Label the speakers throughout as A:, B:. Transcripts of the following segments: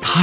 A: 他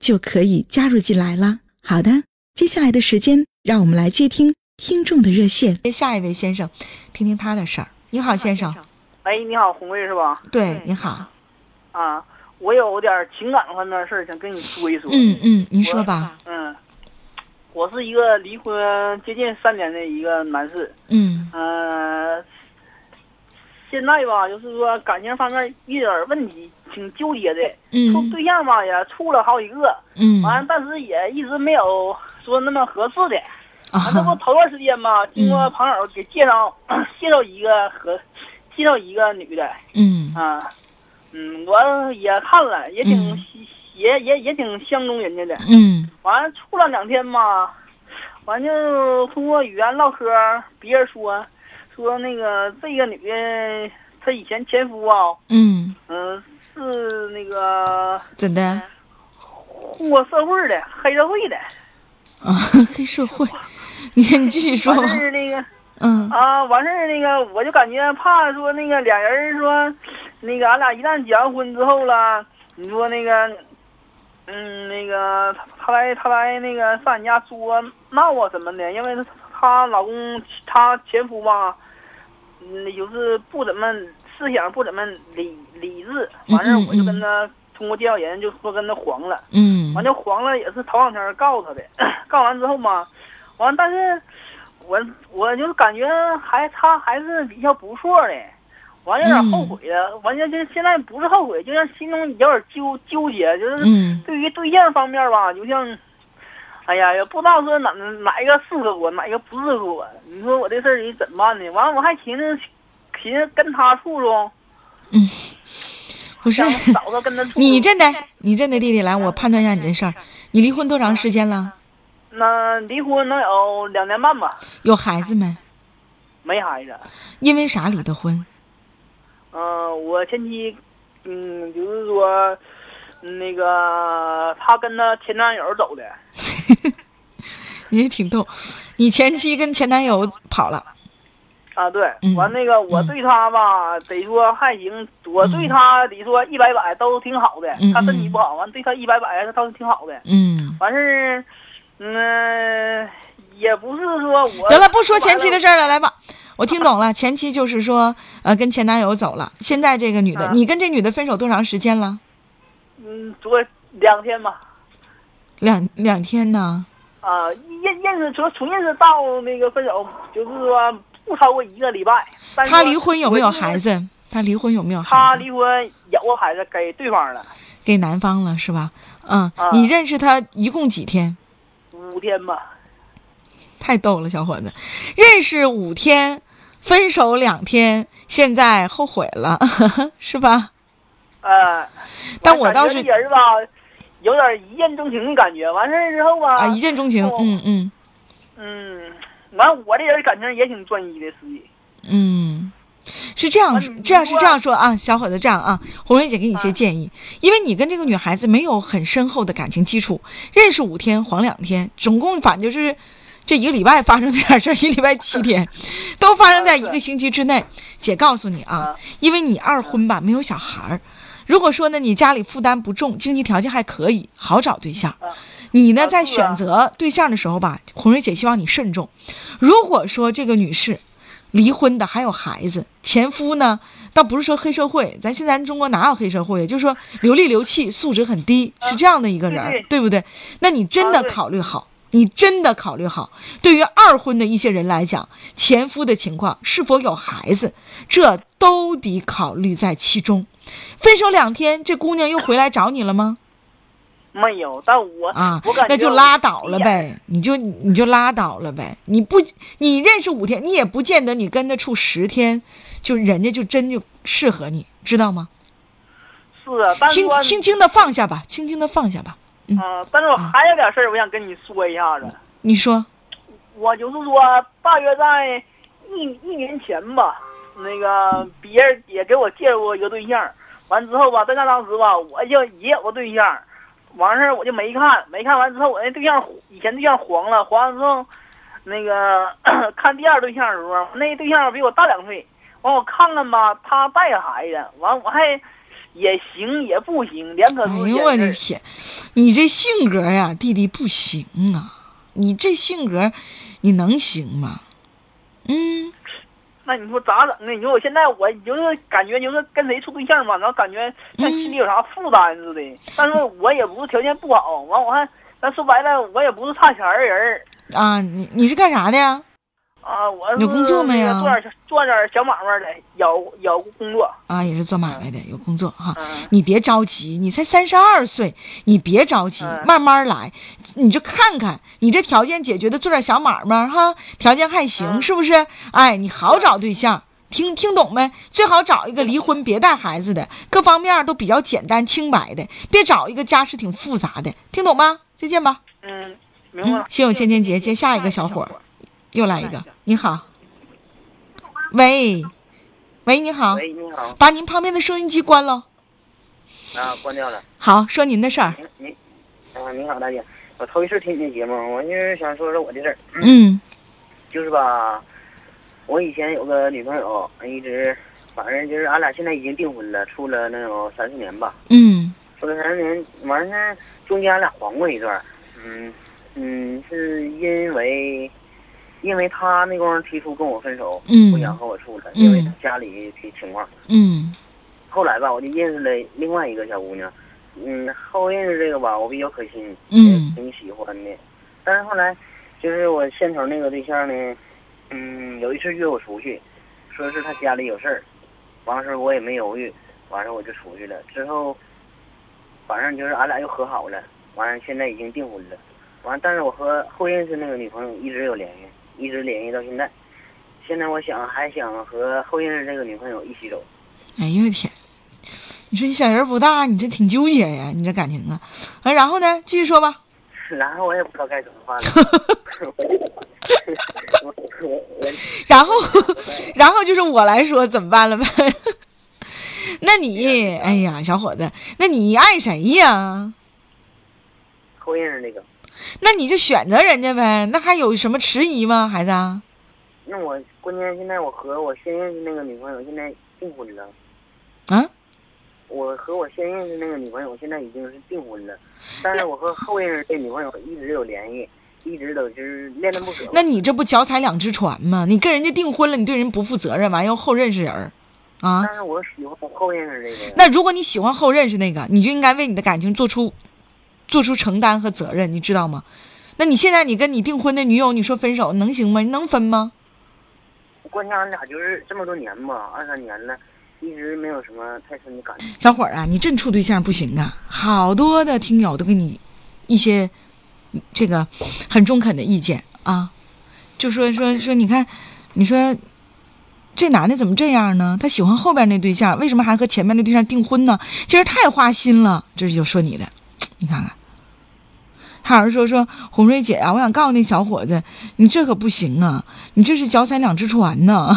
B: 就可以加入进来了。好的，接下来的时间，让我们来接听听众的热线。下一位先生，听听他的事儿。你好，啊先
C: 啊
B: 生。
C: 喂，哎你好，红瑞是吧？
B: 对，您好。
C: 啊，我有点儿情感方面的事儿想跟你说一说。
B: 嗯嗯，您说吧。
C: 嗯，我是一个离婚接近三年的一个男士。
B: 嗯
C: 呃，现在吧，就是说感情方面一点儿问题，挺纠结的。处
B: 嗯
C: 对象吧，也处了好几个，
B: 嗯
C: 完、但是也一直没有说那么合适的。
B: 啊嗯
C: 完，这不头段时间吧，经过朋友给介绍， 介绍一个合，介绍一个女的。
B: 嗯
C: 啊，嗯，我也看了，也挺、
B: 嗯
C: 也也也挺相中人家的。
B: 嗯
C: 完了处了两天嘛，完就通过语言唠嗑，别人说说那个这个女的，她以前前夫啊，
B: 嗯，
C: 嗯、是那个
B: 怎的
C: 嗯
B: 啊？
C: 混过社会的黑社会的，
B: 啊黑社会，你你继续说
C: 完
B: 吧
C: 事。儿那个
B: 嗯
C: 啊，完事儿那个我就感觉怕说那个俩人说，那个俺俩一旦结完婚之后了，你说那个，嗯，那个他他来他来那个上俺家说闹啊什么的，因为她她老公她前夫吧，嗯，就是不怎么思想不怎么理理智，完事儿我就跟他通过介绍人就说跟他黄了。
B: 嗯
C: 完就黄了，也是头两天告诉他的，告完之后嘛，完但是我我就是感觉还他还是比较不错的，完有点后悔了，
B: 嗯
C: 完就就现在不是后悔，就像心中有点纠纠结，就是
B: 嗯
C: 对于对象方面吧，就像，哎呀，也不知道说哪哪一个适合我，哪一个不适合我，你说我这事儿你怎么办呢？完了我还寻思寻思跟他处处，
B: 不是
C: 想。找个跟他处处。
B: 你这的，你这的，丽丽来，我判断一下你这事儿。你离婚多长时间了？
C: 那离婚能有两年半吧？
B: 有孩子没？
C: 没孩子。
B: 因为啥离的婚？
C: 嗯、我前妻，嗯，就是说，嗯那个她跟她前男友走的，
B: 你也挺逗。你前妻跟前男友跑了，
C: 啊，对
B: 嗯，
C: 完那个我对她吧，得说还行，我对她得说一百百都挺好的
B: 嗯，
C: 她身体不好，完对她一百百她倒是挺好的，
B: 嗯，
C: 完事儿，嗯、也不是说我
B: 得了，不说前妻的事儿了，来吧。我听懂 了，前妻就是说，呃，跟前男友走了。现在这个女的，
C: 啊
B: 你跟这女的分手多长时间了？
C: 嗯，昨两天吧。
B: 两两天呢？
C: 啊，认认识从从认识到那个分手，就是说不超过一个礼拜。但是
B: 她离婚有没有
C: 我就是
B: 孩子？她离婚有没有
C: 他
B: 孩子？
C: 离婚有个孩子给对方了，
B: 给男方了是吧？嗯
C: 啊，
B: 你认识她一共几天？
C: 五天吧。
B: 太逗了，小伙子，认识五天，分手两天，现在后悔了， 是吧？
C: 呃，
B: 但我倒是
C: 感觉这人吧，有点一见钟情的感觉。完事儿之后吧，
B: 啊，一见钟情，
C: 哦
B: 嗯嗯
C: 嗯，完我这人感情也挺专一的，实际。
B: 嗯，是这样
C: 啊
B: 说，
C: 你
B: 这样是
C: 如果
B: 这样说啊，小伙子，这样啊，红瑞姐给你一些建议，因为你跟这个女孩子没有很深厚的感情基础，认识五天，黄两天，总共反正就是。这一个礼拜发生这点事儿，一礼拜七 天，都发生在一个星期之内。姐告诉你啊
C: 啊，
B: 因为你二婚吧，没有小孩儿。如果说呢，你家里负担不重，经济条件还可以，好找对象。你呢，
C: 啊
B: 在
C: 是啊
B: 选择对象的时候吧，红瑞姐希望你慎重。如果说这个女士离婚的，还有孩子。前夫呢，倒不是说黑社会，咱现在中国哪有黑社会？就是说流里流气，素质很低，是这样的一个人儿，
D: 对对
B: 对不对？那你真
D: 啊
B: 的
D: 对
B: 考虑好，你真的考虑好。对于二婚的一些人来讲，前夫的情况是否有孩子，这都得考虑在其中。分手两天，这姑娘又回来找你了吗？
D: 没有，但我
B: 啊
D: 我感觉，
B: 那就
D: 我
B: 拉倒了
D: 一眼。
B: 呗，你就你就拉倒了呗，你不你认识五天，你也不见得你跟他处十天，就人家就真就适合你，知道吗？
D: 是啊，但是
B: 轻
D: 我
B: 轻轻的放下吧，轻轻的放下吧。
D: 啊，但是我还有点事儿，我想跟你说一下子。
B: 你说
D: 我就是说，大约在一一年前吧，那个别人也给我介绍过一个对象儿，完之后吧，在那当时吧，我就也有个对象儿，完事儿我就没看，没看完之后，我那对象以前对象黄了，黄了之后，那个 看第二对象的时候，那对象比我大两岁，完我看看吧，他带孩子，完我还也行也不行，两可
B: 哎
D: 多
B: 呦我的天，你这性格呀，弟弟不行啊！你这性格，你能行吗？嗯，
D: 那你说咋整呢？你说我现在我就是感觉就是跟谁处对象嘛，然后感觉像心里有啥负担似
B: 嗯
D: 的。但是我也不是条件不好，完我还咱说白了，我也不是差钱儿人儿
B: 啊，你你是干啥的呀？
D: 啊。我是
B: 有工作没呀
D: 做点做点小买卖的，有有工作。
B: 啊，也是做买卖的，有工作哈。
D: 嗯
B: 你别着急，你才三十二岁，你别着急，
D: 嗯
B: 慢慢来，你就看看你这条件解决的，做点小买卖儿哈，条件还行，
D: 嗯
B: 是不是？哎，你好找对象。听听懂没？最好找一个离婚别带孩子的，各方面都比较简单清白的，别找一个家世挺复杂的。听懂吗？再见吧。
D: 嗯，明白
B: 嗯
D: 了，。
B: 心有千千结，接下一个小伙儿，又来一
D: 下一
B: 个
D: 个。
B: 你好，喂，喂，你嗯好，
C: 喂，你好，
B: 把您旁边的收音机关了。
C: 啊，关掉了。
B: 好，说您的事儿。
C: 您您，啊，你好，大姐，我头一次听你节目，我就是想说说我的事儿，
B: 嗯
C: 就是吧，我以前有个女朋友，一直，反正就是俺俩现在已经订婚了，处了能有三四年吧，
B: 嗯
C: 处了三四年，完呢，中间俺俩黄过一段儿，嗯嗯，是因为，因为他那光提出跟我分手，
B: 嗯
C: 不想和我处了，因为
B: 嗯
C: 家里的情况。
B: 嗯
C: 后来吧，我就认识了另外一个小姑娘，嗯，后认识这个吧，我比较可心，
B: 嗯
C: 也挺喜欢的。但是后来，就是我现头那个对象呢，嗯，有一次约我出去，说是他家里有事儿，完事儿我也没犹豫，完事儿我就出去了。之后，反正就是俺俩又和好了，完了现在已经订婚了，完，但是我和后认识那个女朋友一直有联系，一直联系到现在。现在我想还想和后认识这个女朋友一起走。
B: 哎呦我天！你说你小人儿不大，你这挺纠结呀，你这感情啊。啊，然后呢，继续说吧。
C: 然后我也不知道该怎么办 了。我我我
B: 然后， 然后就是我来说怎么办了呗？ 那你，哎呀，小伙子，那你爱谁呀？
C: 后认识那个，
B: 那你就选择人家呗，那还有什么迟疑吗，孩子啊？
C: 那我关键现在我和我先认识那个女朋友现在订婚了，
B: 啊，
C: 我和我先认识那个女朋友现在已经是订婚了，但是我和后认识这女朋友一直有联系，一直都就是恋恋不舍吧。
B: 那你这不脚踩两只船吗？你跟人家订婚了，你对人不负责任，完又后认识人儿，啊？
C: 但是我喜欢后认识这个，
B: 那如果你喜欢后认识那个，你就应该为你的感情做出做出承担和责任，你知道吗？那你现在你跟你订婚的女友，你说分手能行吗？你能分吗？
C: 关键俺俩就是这么多年吧，二三年了，一直没有什么太深的感情。
B: 小伙儿啊，你真处对象不行啊！好多的听友都给你一些嗯这个很中肯的意见啊，就说说说，你看，你说这男的怎么这样呢？他喜欢后边那对象，为什么还和前面那对象订婚呢？其实太花心了，这就说你的，你看看。还有人说说红瑞姐啊，我想告诉那小伙子，你这可不行啊，你这是脚踩两只船呢。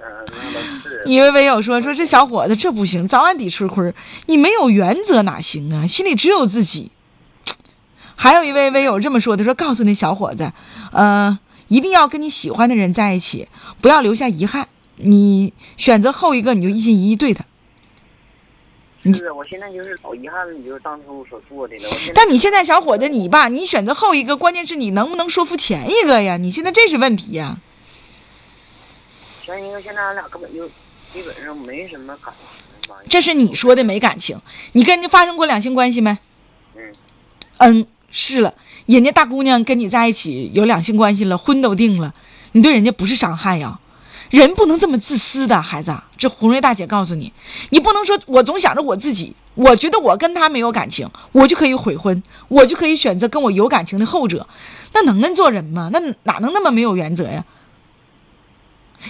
C: 嗯，那倒是。
B: 一位微友说：“说这小伙子这不行，早晚得吃亏儿。你没有原则哪行啊？心里只有自己。”还有一位微友这么说的：“说告诉那小伙子，呃，一定要跟你喜欢的人在一起，不要留下遗憾。你选择后一个，你就一心一意对他。
C: 是，我现在就是老遗憾了，你就是当初所做的了。我现在
B: 但你现在小伙子，你吧，你选择后一个，关键是你能不能说服前一个呀？你现在这是问题呀。
E: 前一个现在俺俩根本就基本上没什么感情吧。
B: 这是你说的没感情，你跟人家发生过两性关系没？
E: 嗯
B: 嗯，是了，人家大姑娘跟你在一起有两性关系了，婚都定了，你对人家不是伤害呀？人不能这么自私的，孩子啊，这红瑞大姐告诉你，你不能说我总想着我自己，我觉得我跟他没有感情，我就可以悔婚，我就可以选择跟我有感情的后者，那能跟做人吗？那哪能那么没有原则呀？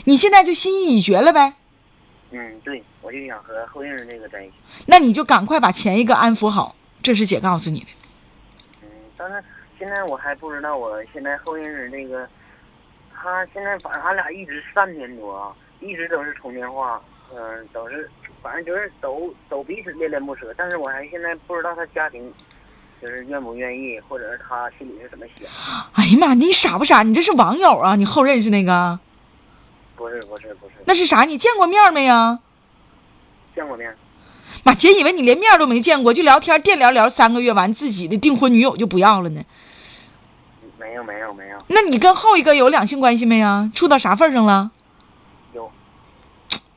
B: 你现在就心意已决了呗，
E: 嗯，对，我就想和后印这个在一起。
B: 那你就赶快把前一个安抚好，这是姐告诉你的。
E: 嗯，但是现在我还不知道，我现在后认识那个，他现在反正俺俩一直三年多啊，一直都是通电话，嗯、都是反正就是都都彼此恋恋不舍，但是我还现在不知道他家庭就是愿不愿意，或者是他心里是怎么想。
B: 哎呀妈，你傻不傻？你这是网友啊？你后认识那个？
E: 不是不是不是，
B: 那是啥？你见过面没呀？
E: 见过面？
B: 妈，姐以为你连面都没见过，就聊天电聊聊三个月，完自己的订婚女友就不要了呢？
E: 没有没有没有，
B: 那你跟后一个有两性关系没呀？处到啥份儿上了？
E: 有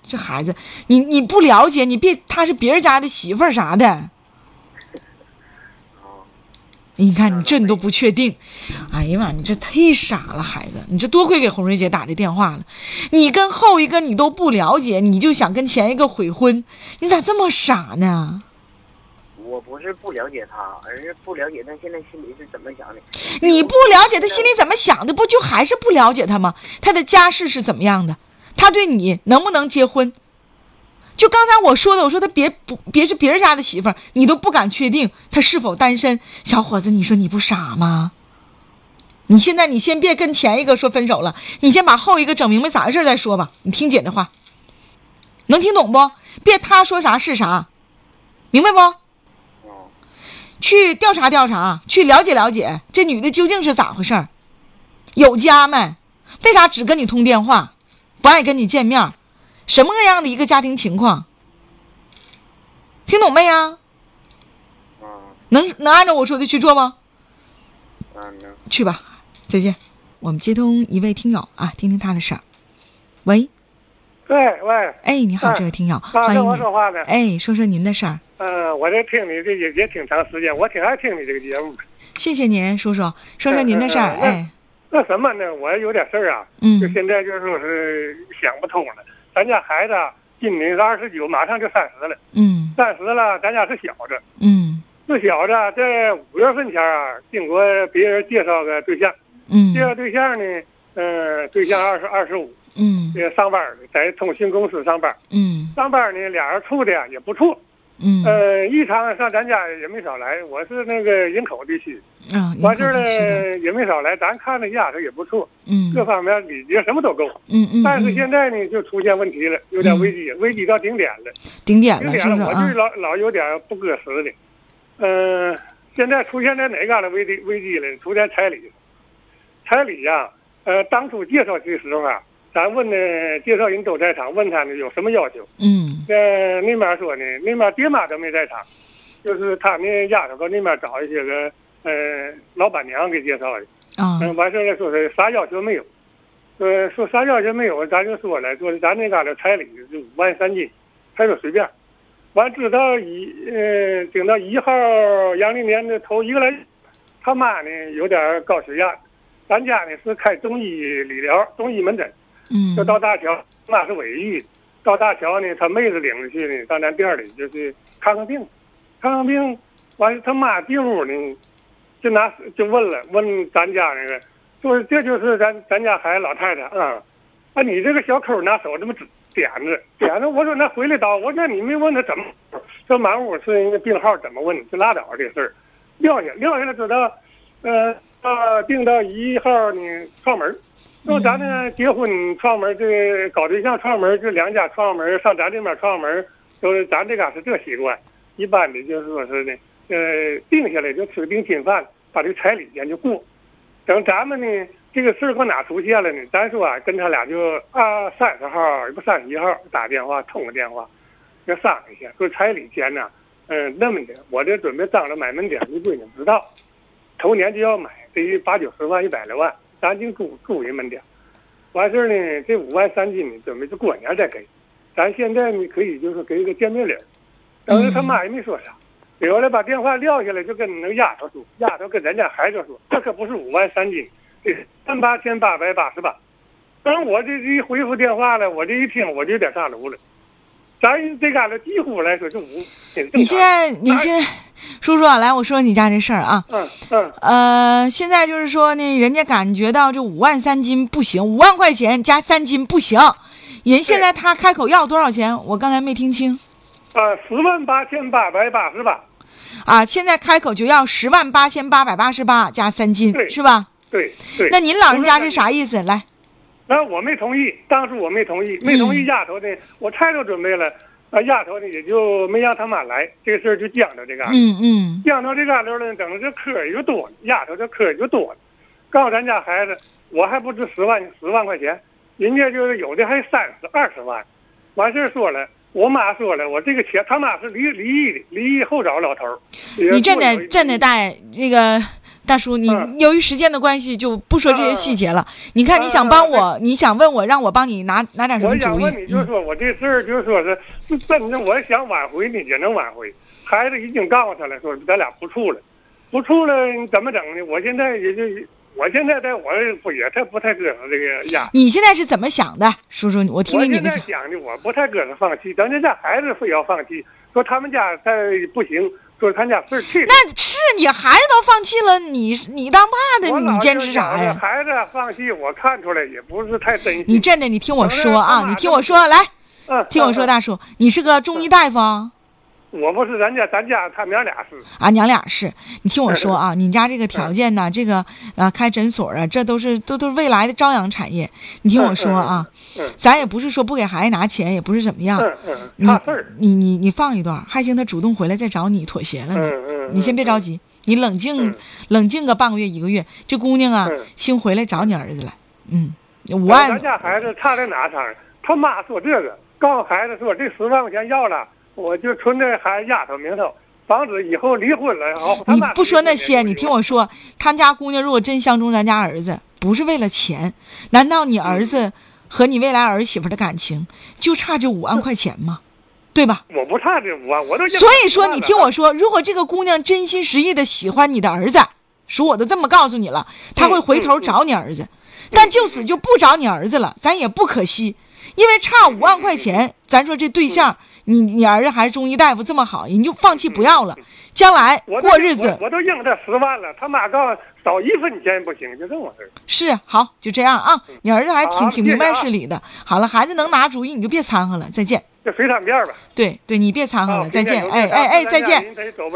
B: 这孩子，你你不了解，你别她是别人家的媳妇儿啥的，
E: 啊、
B: 你看你这你都不确定，哎呀妈，你这忒傻了，孩子，你这多亏给红瑞姐打这电话了。你跟后一个你都不了解，你就想跟前一个悔婚，你咋这么傻呢？
E: 我不是不了解他，而是不了解他现在心里是怎么想的。
B: 你不了解他心里怎么想的，不就还是不了解他吗？他的家世是怎么样的？他对你能不能结婚？就刚才我说的，我说他别不别是别人家的媳妇儿，你都不敢确定他是否单身。小伙子，你说你不傻吗？你现在你先别跟前一个说分手了，你先把后一个整明白咋回事儿再说吧。你听姐的话，能听懂不？别他说啥是啥，明白不？
E: 嗯
B: 去调查调查，去了解了解这女的究竟是咋回事儿，有家没？为啥只跟你通电话，不爱跟你见面儿？什么样的一个家庭情况？听懂没呀？
E: 嗯
B: 能能按照我说的去做吗？
E: 嗯嗯，
B: 去吧，再见。我们接通一位听友啊，听听他的事儿。喂，
C: 对，喂，
B: 哎，你好，
C: 嗯
B: 这位听友，
C: 啊，
B: 欢
C: 是
B: 迎
C: 我
B: 你。
C: 说话呢。
B: 哎，说说您的事儿，
C: 呃，我这听你这也也挺长时间，我挺爱听你这个节目。
B: 谢谢您，叔叔，说说您的事儿。
C: 嗯嗯嗯
B: 哎，
C: 那什么呢？我有点事儿啊，就
B: 嗯
C: 现在就是说是想不通了。咱家孩子啊今年是二十九，马上就三十了，
B: 嗯
C: 三十了，咱家是小子，
B: 嗯
C: 这小子在五月份前啊，经过别人介绍个对象，
B: 嗯
C: 介绍对象呢，呃，对象二十二十五，
B: 嗯
C: 也上班儿在通信公司上班儿，
B: 嗯
C: 上班儿呢，俩人处的也不错，
B: 嗯。
C: 呃，一常上咱家也没少来，我是那个营口地区，
B: 嗯，
C: 完事儿
B: 了，
C: 呢也没少来，咱看着丫头也不错，
B: 嗯，
C: 各方面礼节什么都够。
B: 嗯嗯，
C: 但是
B: 嗯
C: 现在呢，就出现问题了，有点危机，危机到顶点了，
B: 顶点
C: 顶
B: 了，
C: 点
B: 是不是
C: 了，我
B: 啊
C: 就？老老有点不搁实了。嗯，现在出现在哪旮旯危机危机了？出现彩礼，彩礼呀、呃，当初介绍的时候啊，咱问的介绍人都在场，问他呢有什么要求。
B: 嗯
C: 呃，那边说呢，那边爹妈都没在场，就是他那丫头搁那边找一些个呃老板娘给介绍的。
B: 啊
C: 嗯，完事儿了说是啥要求没有，呃，说啥要求没有，咱就说了，说咱那旮旯彩礼就五万三金，他说随便。完，直到一呃，顶到一号阳历年的头一个来月，他妈呢有点高血压，咱家呢是开中医理疗、中医门诊，
B: 嗯，
C: 就到大桥，那是伪医。到大桥呢，他妹子领着去呢，到咱店里就是看看病，看看病。完了，他妈进屋呢，就拿就问了，问咱家那个，说这就是咱咱家孩子老太太啊，啊，你这个小口拿手这么指点着点着，我说那回来刀，我说那你没问他怎么，这满屋是一个病号怎么问，就拉倒啊这事儿，撂下撂下了，知道，呃，到定到一号呢串门儿。那咱呢，结婚串门儿这搞对象串门儿，这两家串门儿，上咱这边串门儿，都是咱这嘎是这习惯。一般的就是说是呢，呃，定下来就吃定亲饭，把这彩礼钱就过。等咱们呢，这个事儿搁哪出现了呢？咱说啊，跟他俩就啊三十号，也不三十一号打电话通个电话，要商量一下，说彩礼钱呢，嗯、那么的，我这准备张罗买门店，你闺女知道，头年就要买，得八九十万、一百来万，咱净租租一门店。完事儿呢，这五万三金呢，准备就过年再给，咱现在呢可以就是给一个见面礼儿。当时他妈也没说啥，给完了把电话撂下来，就跟那个丫头说，丫头跟咱家孩子说，这可不是五万三金，这万八千八百八十八。当我这一回复电话了，我这一听我就有点大炉了。咱这旮旯几乎来说就无，挺正
B: 你现
C: 常。
B: 在你现 在，叔叔啊来，我说你家这事儿啊，
C: 嗯嗯，
B: 呃，现在就是说呢，人家感觉到这五万三金不行，五万块钱加三金不行，人现在他开口要多少钱？我刚才没听清
C: 啊，十万八千八百八十八，
B: 啊，现在开口就要十万八千八百八十八加三金，
C: 对
B: 是吧？
C: 对对。
B: 那您老人家是啥意思？来，
C: 那我没同意，当时我没同意，没
B: 嗯
C: 同意丫头呢，我菜都准备了，啊，丫头呢也就没让他妈来，这个事儿就讲到这嘎、达。
B: 嗯嗯
C: 讲到这嘎达了，等这嗑儿就多了，丫头这嗑儿就多了，告诉咱家孩子，我还不值十万十万块钱，人家就是有的还三十二十万，完事儿说了。我妈说了，我这个钱，他妈是离离异的，离异后找老头儿。
B: 你真的
C: 也
B: 真的大那个大叔，你
C: 嗯
B: 由于时间的关系就不说这些细节了。你看，你想
C: 嗯
B: 帮我，你想问我，让我帮你拿拿点什
C: 我
B: 么
C: 想
B: 主意
C: 问你，？就是
B: 嗯
C: 说我这事儿，就是说是，就真的，我想挽回你也能挽回。孩子已经告诉他了，说咱俩不处了，不处了你怎么整呢？我现在也就，我现在在我不也太不太搁合这个呀。
B: 你现在是怎么想的，叔叔？我听
C: 我
B: 听你
C: 现
B: 的
C: 在
B: 想。
C: 想的，我不太搁那放弃，咱这家孩子非要放弃，说他们家再不行，说他家事儿去了。
B: 那是你孩子都放弃了，你你当爸
C: 我
B: 的，
C: 老
B: 你坚持啥
C: 就想着
B: 呀？
C: 孩子放弃，我看出来也不是太珍惜。
B: 你真的，你听我说
C: 我
B: 啊，
C: 这
B: 你听我说，来，
C: 嗯，
B: 听我说，
C: 嗯，
B: 大叔，你是个中医大夫啊，
C: 嗯我不是咱家，咱家他娘俩是。
B: 啊，娘俩是，你听
C: 嗯
B: 我说啊，你家这个条件呐，这个啊，开诊所啊，这都是都都是未来的朝阳产业。你听我说啊
C: 嗯嗯嗯，
B: 咱也不是说不给孩子拿钱，也不是怎么样，
C: 嗯嗯，
B: 你
C: 怕事儿。
B: 你你你放一段，还行，他主动回来再找你妥协了呢。
C: 嗯嗯
B: 你先别着急，你冷静、
C: 嗯
B: 冷静个半个月一个月，这姑娘啊，
C: 嗯
B: 先回来找你儿子来。嗯，五
C: 咱
B: 万
C: 咱，家孩子差在哪上？他妈说这个，告诉孩子说这十万块钱要了，我就存在孩子丫头名头，防止以后离婚了。然后他
B: 你
C: 妈
B: 不说那些，你听我说，他家姑娘如果真相中咱家儿子，不是为了钱，难道你儿子和你未来儿媳妇的感情就差这五万块钱吗？对吧？
C: 我不差这五万，我都
B: 所以说，你听我说，如果这个姑娘真心实意的喜欢你的儿子，叔我都这么告诉你了，她会回头找你儿子，但就此就不找你儿子了，咱也不可惜，因为差五万块钱，咱说这对象，你你儿子还是中医大夫这么好，你就放弃不要了，将来
C: 我都
B: 过日子
C: 我我都应他十万了，他妈告诉少一分钱不行，就这么回事儿。
B: 是好，就这样啊，你儿子还挺
C: 好
B: 挺
C: 谢谢
B: 明白
C: 啊
B: 事理的。好了，孩子能拿主意，你就别掺和了，再见。
C: 就随他便吧。
B: 对对，你别掺和
C: 啊
B: 了，再见。
C: 今天
B: 哎
C: 有事儿啊
B: 哎哎，
C: 咱
B: 再
C: 家
B: 见。
C: 人他也走不了